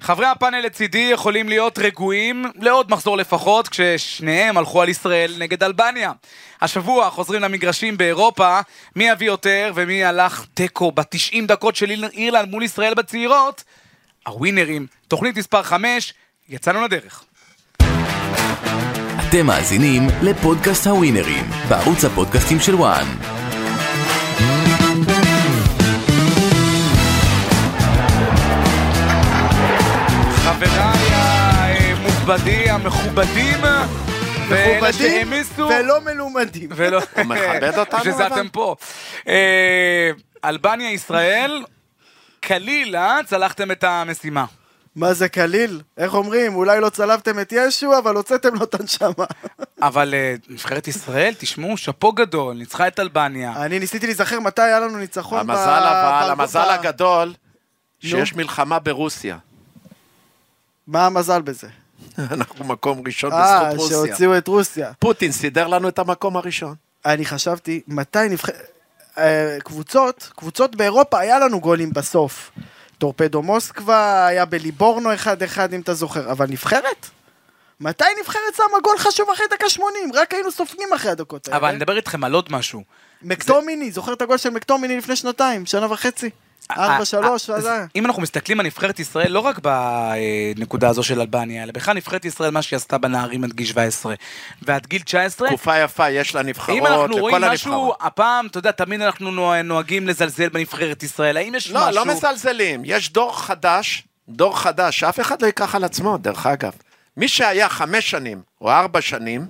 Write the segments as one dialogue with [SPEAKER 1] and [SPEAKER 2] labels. [SPEAKER 1] חברי הפאנל לצידי יכולים להיות רגועים לעוד מחזור לפחות, כששניהם הלכו על ישראל נגד אלבניה. השבוע חוזרים למגרשים באירופה, מי יביא יותר ומי הלך תיקו ב-90 דקות של איל- אירלנד מול ישראל בצעירות? הווינרים, תוכנית מספר 5, יצאנו לדרך.
[SPEAKER 2] אתם מאזינים לפודקאסט הווינרים, בערוץ הפודקאסטים של וואן.
[SPEAKER 1] חבריי המוכבדי, המכובדים, ואלה
[SPEAKER 3] מכובדים
[SPEAKER 1] שהעמיסו...
[SPEAKER 3] ולא מלומדים.
[SPEAKER 1] ולא...
[SPEAKER 4] הוא מכבד אותנו,
[SPEAKER 1] שזה
[SPEAKER 4] אבל?
[SPEAKER 1] אתם פה. אה, אלבניה, ישראל, קליל, אה? צלחתם את המשימה.
[SPEAKER 3] מה זה קליל? איך אומרים? אולי לא צלבתם את ישו, אבל הוצאתם לו את הנשמה.
[SPEAKER 1] אבל אה, נבחרת ישראל, תשמעו, שאפו גדול, ניצחה את אלבניה.
[SPEAKER 4] אה,
[SPEAKER 3] אני ניסיתי להיזכר מתי היה לנו ניצחון ב-
[SPEAKER 4] המזל אבל,
[SPEAKER 3] בערבות
[SPEAKER 4] המזל
[SPEAKER 3] ה-
[SPEAKER 4] הגדול, שיש מלחמה ברוסיה.
[SPEAKER 3] מה המזל בזה?
[SPEAKER 4] אנחנו מקום ראשון
[SPEAKER 3] אה,
[SPEAKER 4] בזכות רוסיה.
[SPEAKER 3] שהוציאו את רוסיה.
[SPEAKER 4] פוטין סידר לנו את המקום הראשון.
[SPEAKER 3] אני חשבתי, מתי נבחרת... קבוצות, קבוצות באירופה, היה לנו גולים בסוף. טורפדו מוסקבה, היה בליבורנו 1-1, אם אתה זוכר, אבל נבחרת? מתי נבחרת שמה גול חשוב אחרי דקה 80? רק היינו סופגים אחרי הדקות האלה.
[SPEAKER 1] אבל אני מדבר איתכם על עוד משהו.
[SPEAKER 3] מקטומיני, זוכר את הגול של מקטומיני לפני שנתיים, שנה וחצי? ארבע, שלוש,
[SPEAKER 1] אה,
[SPEAKER 3] ואז...
[SPEAKER 1] אז אם אנחנו מסתכלים על נבחרת ישראל, לא רק בנקודה הזו של אלבניה, אלא בכלל נבחרת ישראל, מה שהיא עשתה בנערים עד גיל 17 ועד גיל 19,
[SPEAKER 4] תקופה יפה, יש לה
[SPEAKER 1] אם
[SPEAKER 4] נבחרות,
[SPEAKER 1] אנחנו רואים
[SPEAKER 4] לכל
[SPEAKER 1] משהו,
[SPEAKER 4] הנבחרות.
[SPEAKER 1] הפעם, אתה יודע, תמיד אנחנו נוה- נוהגים לזלזל בנבחרת ישראל, האם יש משהו...
[SPEAKER 4] לא, לא מזלזלים, יש דור חדש, דור חדש, שאף אחד לא ייקח על עצמו, דרך אגב. מי שהיה חמש שנים או ארבע שנים,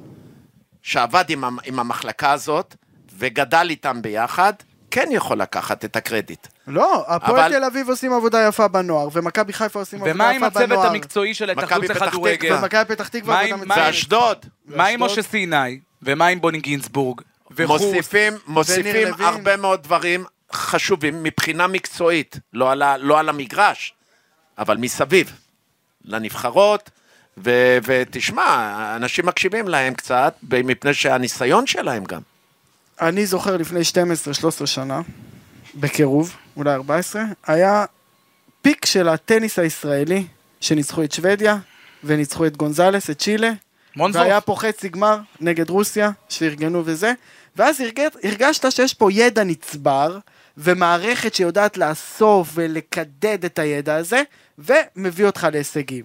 [SPEAKER 4] שעבד עם, המ- עם המחלקה הזאת, וגדל איתם ביחד, כן יכול לקחת את הקרדיט.
[SPEAKER 3] לא, הפועל
[SPEAKER 4] אבל-
[SPEAKER 3] תל אביב עושים עבודה יפה בנוער, ומכבי חיפה עושים עבודה יפה
[SPEAKER 1] ומה
[SPEAKER 3] בנוער. כן.
[SPEAKER 1] עם הצוות המקצועי של ההתאחדות
[SPEAKER 4] מכבי פתח
[SPEAKER 1] לכדורגל?
[SPEAKER 4] תקווה.
[SPEAKER 3] ומכבי פתח
[SPEAKER 1] מה
[SPEAKER 3] תקווה
[SPEAKER 1] עם-
[SPEAKER 3] עבודה
[SPEAKER 1] מה
[SPEAKER 3] מצוינת.
[SPEAKER 4] ואשדוד,
[SPEAKER 1] מה עם
[SPEAKER 3] ואשדוד?
[SPEAKER 1] משה סיני? ומה עם בוני גינצבורג? וחוס?
[SPEAKER 4] מוסיפים, מוסיפים
[SPEAKER 3] לוין.
[SPEAKER 4] הרבה מאוד דברים חשובים מבחינה מקצועית, לא על, ה- לא על המגרש, אבל מסביב, לנבחרות, ו, ותשמע, אנשים מקשיבים להם קצת, מפני שהניסיון שלהם גם.
[SPEAKER 3] אני זוכר לפני 12-13 שנה, בקירוב, אולי 14, היה פיק של הטניס הישראלי, שניצחו את שוודיה, וניצחו את גונזלס, את צ'ילה,
[SPEAKER 1] מונזוף?
[SPEAKER 3] והיה פה חצי גמר נגד רוסיה, שארגנו וזה, ואז הרג- הרגשת שיש פה ידע נצבר, ומערכת שיודעת לאסוף ולקדד את הידע הזה, ומביא אותך להישגים.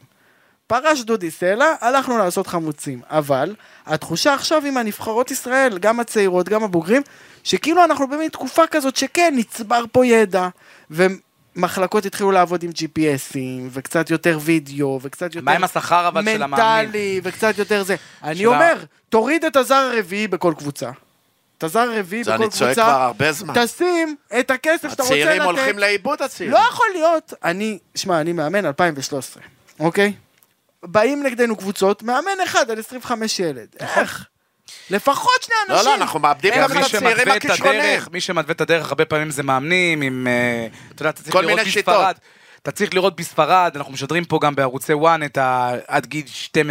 [SPEAKER 3] פרש דודי סלע, הלכנו לעשות חמוצים. אבל התחושה עכשיו עם הנבחרות ישראל, גם הצעירות, גם הבוגרים, שכאילו אנחנו במין תקופה כזאת שכן, נצבר פה ידע. ומחלקות התחילו לעבוד עם GPSים, וקצת יותר וידאו, וקצת יותר...
[SPEAKER 1] מה עם השכר אבל של המאמנים?
[SPEAKER 3] מנטלי, וקצת יותר זה. אני
[SPEAKER 1] של ה-
[SPEAKER 3] אומר, תוריד את הזר הרביעי בכל קבוצה. את הזר הרביעי
[SPEAKER 4] זה
[SPEAKER 3] בכל
[SPEAKER 4] אני
[SPEAKER 3] קבוצה.
[SPEAKER 4] צועק כבר הרבה זמן.
[SPEAKER 3] תשים את הכסף שאתה רוצה לתת.
[SPEAKER 4] הצעירים הולכים לאיבוד, הצעירים.
[SPEAKER 3] לא יכול להיות. אני, שמע, אני מאמן 2013, אוקיי? באים נגדנו קבוצות, מאמן אחד על 25 ילד. איך? לפחות שני אנשים.
[SPEAKER 4] לא, לא, אנחנו מאבדים
[SPEAKER 1] כן,
[SPEAKER 4] גם
[SPEAKER 1] מי
[SPEAKER 4] את הצעירים
[SPEAKER 1] שמתווה את
[SPEAKER 4] הכישרוניים.
[SPEAKER 1] הדרך, מי שמתווה את הדרך הרבה פעמים זה מאמנים, עם... אה, אתה יודע, אתה צריך
[SPEAKER 4] כל
[SPEAKER 1] לראות
[SPEAKER 4] מיני שיטות.
[SPEAKER 1] בספרד. אתה צריך לראות בספרד, אנחנו משדרים פה גם בערוצי וואן את ה... עד גיל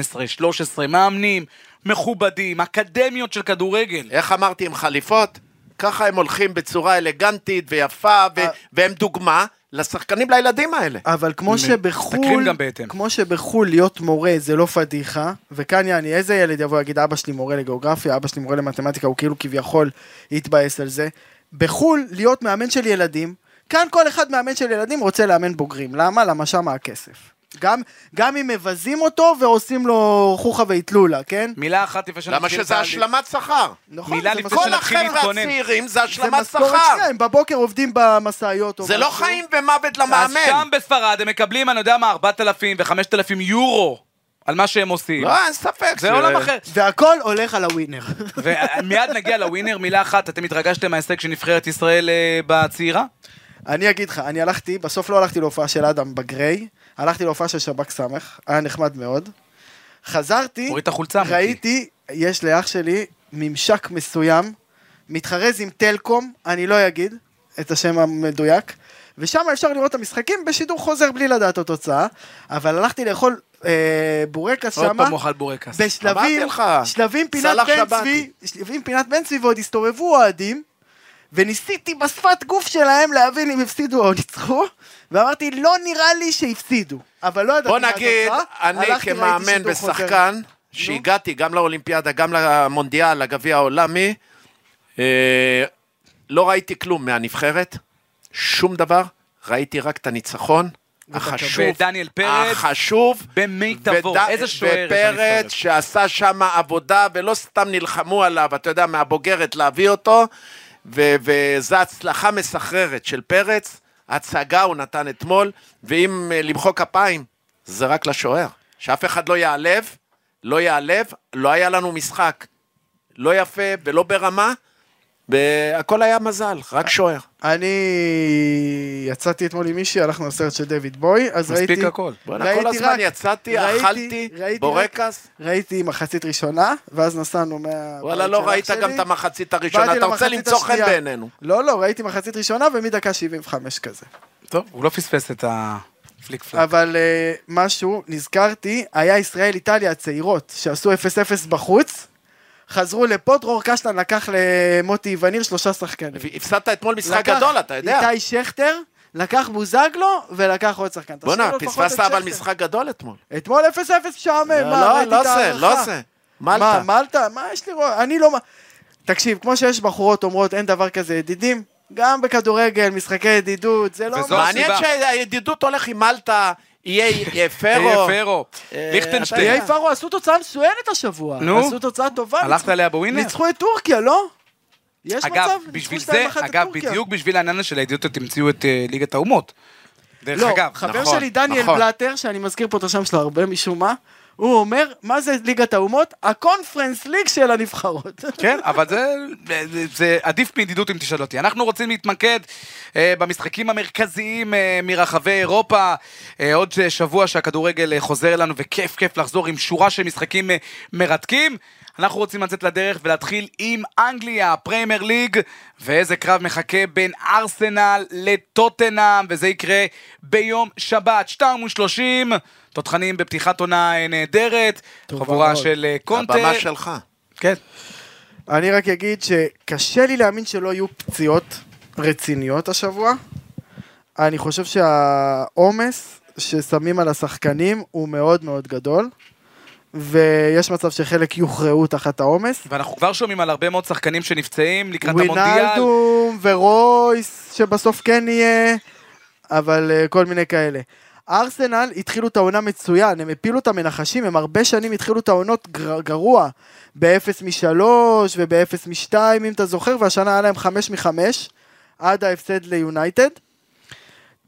[SPEAKER 1] 12-13, מאמנים, מכובדים, אקדמיות של כדורגל.
[SPEAKER 4] איך אמרתי, עם חליפות? ככה הם הולכים בצורה אלגנטית ויפה, ו-
[SPEAKER 3] אה.
[SPEAKER 4] והם דוגמה לשחקנים, לילדים האלה.
[SPEAKER 3] אבל כמו שבחו"ל,
[SPEAKER 1] גם בהתאם.
[SPEAKER 3] כמו שבחו"ל להיות מורה זה לא פדיחה, וכאן יעני איזה ילד יבוא ויגיד אבא שלי מורה לגיאוגרפיה, אבא שלי מורה למתמטיקה, הוא כאילו כביכול יתבאס על זה. בחו"ל להיות מאמן של ילדים, כאן כל אחד מאמן של ילדים רוצה לאמן בוגרים, למה? למה שמה הכסף. גם, גם אם מבזים אותו ועושים לו חוכא ואיטלולה, כן?
[SPEAKER 1] מילה אחת לפני שנתחיל
[SPEAKER 4] למה
[SPEAKER 1] את
[SPEAKER 4] שזה
[SPEAKER 1] ה-
[SPEAKER 4] השלמת שכר?
[SPEAKER 3] נכון,
[SPEAKER 1] מילה
[SPEAKER 3] זה
[SPEAKER 1] לפני
[SPEAKER 3] משכורת-
[SPEAKER 4] כל
[SPEAKER 1] שנתחיל
[SPEAKER 4] החבר'ה
[SPEAKER 1] להתכונן.
[SPEAKER 4] הצעירים זה
[SPEAKER 3] זה
[SPEAKER 4] השלמת
[SPEAKER 3] משכורת
[SPEAKER 4] שכר.
[SPEAKER 3] שלהם, בבוקר עובדים במשאיות או
[SPEAKER 4] זה לא
[SPEAKER 3] משהו.
[SPEAKER 4] חיים ומוות
[SPEAKER 1] אז
[SPEAKER 4] למאמן.
[SPEAKER 1] שם בספרד הם מקבלים, אני יודע מה, 4,000 ו-5,000 יורו על מה שהם עושים.
[SPEAKER 4] לא, אין ספק.
[SPEAKER 1] זה עולם אחר.
[SPEAKER 3] והכל הולך על הווינר.
[SPEAKER 1] ומיד נגיע לווינר, מילה אחת, אתם התרגשתם מההישג של נבחרת ישראל אה, בצעירה?
[SPEAKER 3] אני אגיד לך, אני הלכתי, בסוף לא הלכתי להופעה של אדם בגריי, הלכתי להופעה של שב"כ סמך, היה נחמד מאוד. חזרתי,
[SPEAKER 1] הוריד את החולצה, מיקי.
[SPEAKER 3] ראיתי, יש לאח שלי ממשק מסוים, מתחרז עם טלקום, אני לא אגיד את השם המדויק, ושם אפשר לראות את המשחקים בשידור חוזר בלי לדעת את התוצאה, אבל הלכתי לאכול אה, בורקס
[SPEAKER 1] עוד
[SPEAKER 3] שמה,
[SPEAKER 1] פעם אוכל בורקס.
[SPEAKER 4] אמרתי
[SPEAKER 3] בשלבים,
[SPEAKER 4] לך,
[SPEAKER 3] שלבים פינת
[SPEAKER 4] סלח
[SPEAKER 3] בן
[SPEAKER 4] שבתי.
[SPEAKER 3] צבי, שלבים פינת בן צבי ועוד הסתובבו אוהדים, וניסיתי בשפת גוף שלהם להבין אם הפסידו או ניצחו, ואמרתי, לא נראה לי שהפסידו. אבל לא ידעתי
[SPEAKER 4] בוא
[SPEAKER 3] מה
[SPEAKER 4] נגיד,
[SPEAKER 3] התוצאה.
[SPEAKER 4] אני
[SPEAKER 3] הלכתי, ראיתי
[SPEAKER 4] כמאמן
[SPEAKER 3] שידור חוזר.
[SPEAKER 4] בשחקן, שהגעתי גם לאולימפיאדה, גם למונדיאל, לגביע העולמי, אה, לא ראיתי כלום מהנבחרת, שום דבר, ראיתי רק את הניצחון. החשוב,
[SPEAKER 1] ודניאל פרץ,
[SPEAKER 4] החשוב,
[SPEAKER 1] במיטבו,
[SPEAKER 4] וד-
[SPEAKER 1] איזה שוער יש לנבחרת.
[SPEAKER 4] ופרץ שעשה שם עבודה, ולא סתם נלחמו עליו, אתה יודע, מהבוגרת להביא אותו, ו- וזו הצלחה מסחררת של פרץ, הצגה הוא נתן אתמול, ואם אה, למחוא כפיים, זה רק לשוער. שאף אחד לא ייעלב, לא ייעלב, לא היה לנו משחק. לא יפה ולא ברמה, והכל היה מזל, רק שוער.
[SPEAKER 3] אני יצאתי אתמול עם מישהי, הלכנו לסרט של דיוויד בוי, אז
[SPEAKER 1] מספיק
[SPEAKER 3] ראיתי...
[SPEAKER 1] הכל.
[SPEAKER 4] בוא'נה,
[SPEAKER 3] ראיתי
[SPEAKER 4] כל הזמן
[SPEAKER 3] רק-
[SPEAKER 4] יצאתי,
[SPEAKER 3] ראיתי-
[SPEAKER 4] אכלתי,
[SPEAKER 3] ראיתי רק-
[SPEAKER 4] בורקס.
[SPEAKER 3] ראיתי מחצית ראשונה, ואז נסענו מה...
[SPEAKER 4] וואלה, לא
[SPEAKER 3] של אח
[SPEAKER 4] ראית
[SPEAKER 3] שלי.
[SPEAKER 4] גם את המחצית הראשונה,
[SPEAKER 3] באתי
[SPEAKER 4] אתה רוצה
[SPEAKER 3] למחצית
[SPEAKER 4] למצוא חן
[SPEAKER 3] השנייה.
[SPEAKER 4] בעינינו.
[SPEAKER 3] לא, לא, ראיתי מחצית ראשונה ומדקה 75 כזה.
[SPEAKER 1] טוב, הוא לא פספס את הפליק פלאק.
[SPEAKER 3] אבל אה, משהו, נזכרתי, היה ישראל-איטליה הצעירות, שעשו 0-0 בחוץ, חזרו לפה, דרור קשלן לקח למוטי וניר שלושה שחקנים.
[SPEAKER 4] הפסדת אתמול משחק
[SPEAKER 3] לקח
[SPEAKER 4] גדול, אתה יודע.
[SPEAKER 3] איתי שכטר, לקח בוזגלו ולקח עוד שחקן. תשאיר
[SPEAKER 4] בוא'נה,
[SPEAKER 3] לו לפחות את
[SPEAKER 4] פספסת אבל
[SPEAKER 3] שכטר.
[SPEAKER 4] משחק גדול אתמול.
[SPEAKER 3] אתמול 0-0 משעמם, מה,
[SPEAKER 4] לא,
[SPEAKER 3] ראיתי
[SPEAKER 4] לא
[SPEAKER 3] את
[SPEAKER 4] זה,
[SPEAKER 3] ההערכה.
[SPEAKER 4] לא זה.
[SPEAKER 3] מה,
[SPEAKER 4] מלטה.
[SPEAKER 3] מלטה? מה יש לי רוע? אני לא... מ- תקשיב, כמו שיש בחורות אומרות אין דבר כזה ידידים, גם בכדורגל, משחקי ידידות, זה לא...
[SPEAKER 1] וזו
[SPEAKER 3] מה-
[SPEAKER 4] מעניין
[SPEAKER 1] הסיבה.
[SPEAKER 4] שהידידות הולך עם מלטה, יהיה פרו.
[SPEAKER 1] אה, פרו.
[SPEAKER 4] אה,
[SPEAKER 1] ליכטנשטיין.
[SPEAKER 3] תהיה פארו עשו תוצאה מצוינת השבוע.
[SPEAKER 1] נו.
[SPEAKER 3] עשו תוצאה טובה.
[SPEAKER 1] הלכת
[SPEAKER 3] ניצחו-
[SPEAKER 1] עליה בווינר?
[SPEAKER 3] ניצחו את טורקיה, לא? יש מצב?
[SPEAKER 1] אגב,
[SPEAKER 3] ניצחו
[SPEAKER 1] בשביל
[SPEAKER 3] 2-1
[SPEAKER 1] זה,
[SPEAKER 3] את
[SPEAKER 1] אגב,
[SPEAKER 3] טורקיה.
[SPEAKER 1] בדיוק בשביל העניין הזה של הידידות המציאו את אה, ליגת האומות. דרך
[SPEAKER 3] לא,
[SPEAKER 1] אגב,
[SPEAKER 3] חבר
[SPEAKER 4] נכון,
[SPEAKER 3] שלי דניאל
[SPEAKER 4] נכון.
[SPEAKER 3] בלאטר, שאני מזכיר פה את השם שלו הרבה משום מה, הוא אומר, מה זה ליגת האומות? הקונפרנס ליג של הנבחרות.
[SPEAKER 1] כן, אבל זה, זה, זה עדיף מידידות אם תשאל אותי. אנחנו רוצים להתמקד אה, במשחקים המרכזיים אה, מרחבי אירופה. אה, עוד אה, שבוע שהכדורגל אה, חוזר אלינו, וכיף כיף לחזור עם שורה של משחקים אה, מרתקים. אנחנו רוצים לצאת לדרך ולהתחיל עם אנגליה, הפריימר ליג, ואיזה קרב מחכה בין ארסנל לטוטנאם, וזה יקרה ביום שבת, שתיים ושלושים. תותחנים בפתיחת עונה אה, נהדרת,
[SPEAKER 3] טובה
[SPEAKER 1] חבורה
[SPEAKER 3] מאוד.
[SPEAKER 1] של אה, קונטה.
[SPEAKER 4] הבמה שלך.
[SPEAKER 1] כן.
[SPEAKER 3] אני רק אגיד שקשה לי להאמין שלא יהיו פציעות רציניות השבוע. אני חושב שהעומס ששמים על השחקנים הוא מאוד מאוד גדול, ויש מצב שחלק יוכרעו תחת העומס.
[SPEAKER 1] ואנחנו כבר שומעים על הרבה מאוד שחקנים שנפצעים לקראת המונדיאל.
[SPEAKER 3] ווינאלדום ורויס, שבסוף כן יהיה, אבל אה, כל מיני כאלה. ארסנל התחילו את העונה מצוין, הם הפילו את המנחשים, הם הרבה שנים התחילו את העונות גר, גרוע, ב-0 מ-3 וב-0 מ-2, אם אתה זוכר, והשנה היה להם 5 מ-5, עד ההפסד ליונייטד.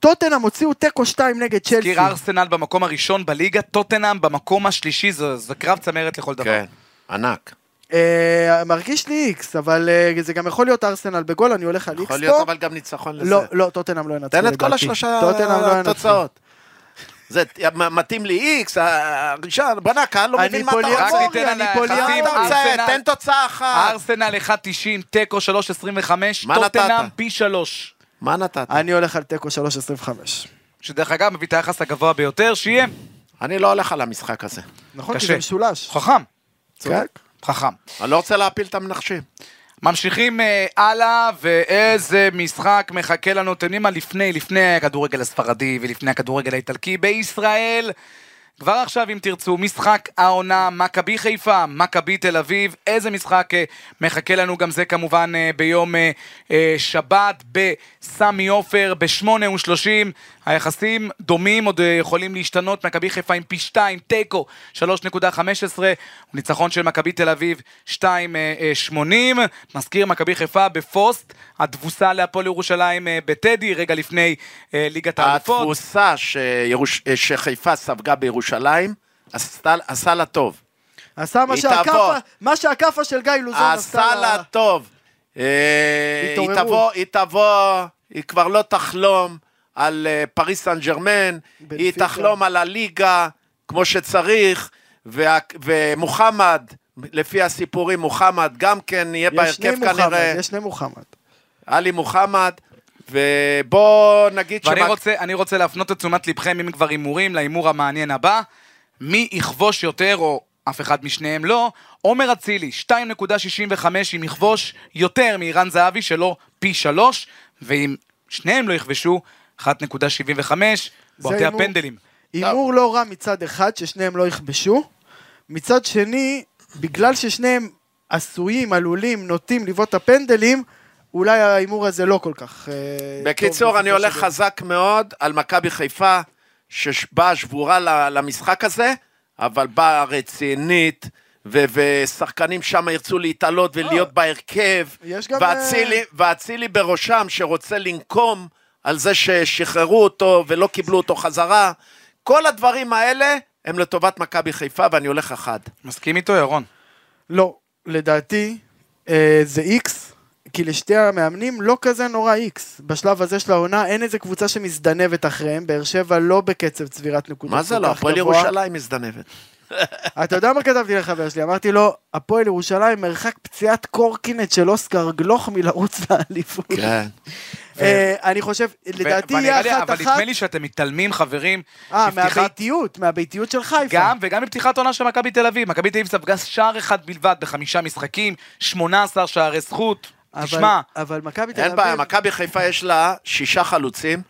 [SPEAKER 3] טוטנאם הוציאו תיקו 2 נגד צ'לסי.
[SPEAKER 1] קיר ארסנל במקום הראשון בליגה, טוטנאם במקום השלישי, זה זה קרב צמרת לכל דבר.
[SPEAKER 4] כן, ענק.
[SPEAKER 3] אה, מרגיש לי איקס, אבל אה, זה גם יכול להיות ארסנל בגול, אני הולך על איקס פה.
[SPEAKER 4] יכול להיות אבל גם ניצחון לזה.
[SPEAKER 3] לא, לא, טוטנאם לא ינצחו
[SPEAKER 4] תן את כל
[SPEAKER 3] לדעתי.
[SPEAKER 4] השלושה
[SPEAKER 3] טוטנהאם לא ינצחו.
[SPEAKER 4] התוצאות. זה מ- מתאים לי איקס, הראשון, בוא'נה, קהל לא
[SPEAKER 3] אני
[SPEAKER 4] מבין מה
[SPEAKER 3] פולי-
[SPEAKER 4] אתה
[SPEAKER 1] רק
[SPEAKER 4] רוצה.
[SPEAKER 1] ניתן על
[SPEAKER 3] אני פוליאמור.
[SPEAKER 1] היחסים,
[SPEAKER 4] מה אתה
[SPEAKER 1] ארסנל-
[SPEAKER 4] רוצה? תן תוצאה אחת.
[SPEAKER 1] ארסנל 1.90, תיקו 3.25,
[SPEAKER 4] מה
[SPEAKER 1] טוטנאם
[SPEAKER 4] נתת?
[SPEAKER 1] פי 3.
[SPEAKER 4] מה נתת?
[SPEAKER 3] אני הולך על תיקו 3.25.
[SPEAKER 1] שדרך אגב מביא את היחס הגבוה ביותר, שיהיה
[SPEAKER 4] אני לא הולך על המשחק הזה.
[SPEAKER 3] נכון, כי
[SPEAKER 1] קשה.
[SPEAKER 3] זה משולש.
[SPEAKER 1] חכם,
[SPEAKER 3] צודק.
[SPEAKER 1] חכם.
[SPEAKER 4] אני לא רוצה להפיל את המנחשים.
[SPEAKER 1] ממשיכים אה, הלאה, ואיזה משחק מחכה לנו, אתם יודעים מה, לפני, לפני הכדורגל הספרדי ולפני הכדורגל האיטלקי בישראל. כבר עכשיו, אם תרצו, משחק העונה, מכבי חיפה, מכבי תל אביב, איזה משחק אה, מחכה לנו, גם זה כמובן אה, ביום אה, אה, שבת בסמי עופר, ב-8 ו-30. היחסים דומים, עוד אה, יכולים להשתנות, מכבי חיפה עם פי 2, תיקו 3.15, ניצחון של מכבי תל אביב 2.80. מזכיר מכבי חיפה בפוסט, התבוסה להפועל ירושלים אה, בטדי, רגע לפני אה, ליגת האלופות.
[SPEAKER 4] התפוסה שירוש- שחיפה ספגה בירושלים, עשתה- עשה לה טוב.
[SPEAKER 3] עשה מה
[SPEAKER 4] היא
[SPEAKER 3] שהכאפה,
[SPEAKER 4] תעבור.
[SPEAKER 3] מה שהכאפה של גיא לוזון
[SPEAKER 4] עשה לה טוב. אה, היא
[SPEAKER 3] התעוררו.
[SPEAKER 4] תבוא, היא תבוא, היא כבר לא תחלום על אה, פריס סן ג'רמן, היא
[SPEAKER 3] בנפיקה.
[SPEAKER 4] תחלום על הליגה כמו שצריך, וה- ומוחמד, לפי הסיפורים, מוחמד גם כן יהיה
[SPEAKER 3] יש שני
[SPEAKER 4] בהרכב
[SPEAKER 3] מוחמד,
[SPEAKER 4] כנראה,
[SPEAKER 3] יש שני מוחמד.
[SPEAKER 4] עלי מוחמד, ובוא נגיד
[SPEAKER 1] ואני
[SPEAKER 4] שמכ-
[SPEAKER 1] רוצה, אני רוצה להפנות את תשומת לבכם, אם כבר הימורים, להימור המעניין הבא. מי יכבוש יותר, או אף אחד משניהם לא, עומר אצילי, 2.65 אם יכבוש יותר מערן זהבי שלו פי 3, ואם שניהם לא יכבשו, 1.75 בועטי
[SPEAKER 3] הימור.
[SPEAKER 1] הפנדלים.
[SPEAKER 3] הימור לא רע מצד אחד, ששניהם לא יכבשו. מצד שני, בגלל ששניהם עשויים, עלולים, נוטים לבעוט את הפנדלים, אולי ההימור הזה לא כל כך... אה, טוב
[SPEAKER 4] בקיצור, אני
[SPEAKER 3] בסופו של
[SPEAKER 4] הולך
[SPEAKER 3] דבר.
[SPEAKER 4] חזק מאוד על מכבי חיפה, שבאה שבורה ל- למשחק הזה, אבל באה רצינית, ו- ושחקנים שם ירצו להתעלות ולהיות בהרכב,
[SPEAKER 3] לא, יש גם, אה,
[SPEAKER 4] ואצילי- ואצילי בראשם, שרוצה לנקום על זה ששחררו אותו ולא קיבלו אותו חזרה. כל הדברים האלה הם לטובת מכבי חיפה, ואני הולך אחד.
[SPEAKER 1] מסכים איתו, ירון?
[SPEAKER 3] לא, לדעתי אה, זה איקס, כי לשתי המאמנים לא כזה נורא איקס. בשלב הזה של העונה אין איזה קבוצה שמזדנבת אחריהם, באר שבע לא בקצב צבירת נקודות.
[SPEAKER 4] מה זה
[SPEAKER 3] כל
[SPEAKER 4] לא?
[SPEAKER 3] כך
[SPEAKER 4] הפועל
[SPEAKER 3] גבוה.
[SPEAKER 4] ירושלים מזדנבת.
[SPEAKER 3] אתה יודע מה כתבתי לחבר שלי? אמרתי לו, הפועל ירושלים מרחק פציעת קורקינט של אוסקר גלוך מלרוץ לאליפות.
[SPEAKER 4] כן.
[SPEAKER 3] אה, אני חושב,
[SPEAKER 1] ו-
[SPEAKER 3] לדעתי
[SPEAKER 1] ונראה
[SPEAKER 3] יהיה
[SPEAKER 1] לי-
[SPEAKER 3] אחת
[SPEAKER 1] אבל נדמה
[SPEAKER 3] אחת.
[SPEAKER 1] לי שאתם מתעלמים, חברים.
[SPEAKER 3] אה,
[SPEAKER 1] בפתיחת-
[SPEAKER 3] מהביתיות, מהביתיות של חיפה.
[SPEAKER 1] גם, וגם בפתיחת עונה של מכבי תל אביב. מכבי תל אביב ספגה שער אחד בלבד בחמישה משחקים, 18 שערי זכות.
[SPEAKER 3] אבל-
[SPEAKER 1] תשמע,
[SPEAKER 3] אבל מכבי תל אביב...
[SPEAKER 4] אין בעיה, מכבי חיפה יש לה שישה חלוצים,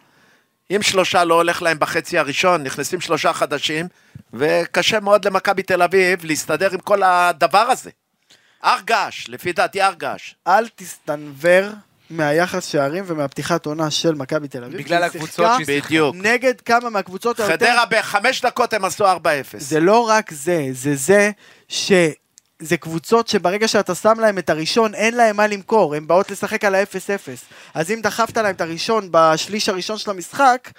[SPEAKER 4] אם שלושה לא הולך להם בחצי הראשון, נכנסים שלושה חדשים, וקשה מאוד למכבי תל אביב להסתדר עם כל הדבר הזה. הר געש, לפי דעתי הר געש.
[SPEAKER 3] אל תסתנוור מהיחס שערים ומהפתיחת עונה של מכבי תל אביב.
[SPEAKER 1] בגלל
[SPEAKER 3] שהיא
[SPEAKER 1] הקבוצות
[SPEAKER 3] שיחקה
[SPEAKER 1] שהיא
[SPEAKER 4] בדיוק.
[SPEAKER 3] נגד כמה מהקבוצות היותר...
[SPEAKER 4] חדרה בחמש דקות הם עשו 4-0.
[SPEAKER 3] זה לא רק זה, זה זה ש... זה קבוצות שברגע שאתה שם להם את הראשון, אין להם מה למכור, הן באות לשחק על ה-0-0. אז אם דחפת להם את הראשון בשליש הראשון של המשחק,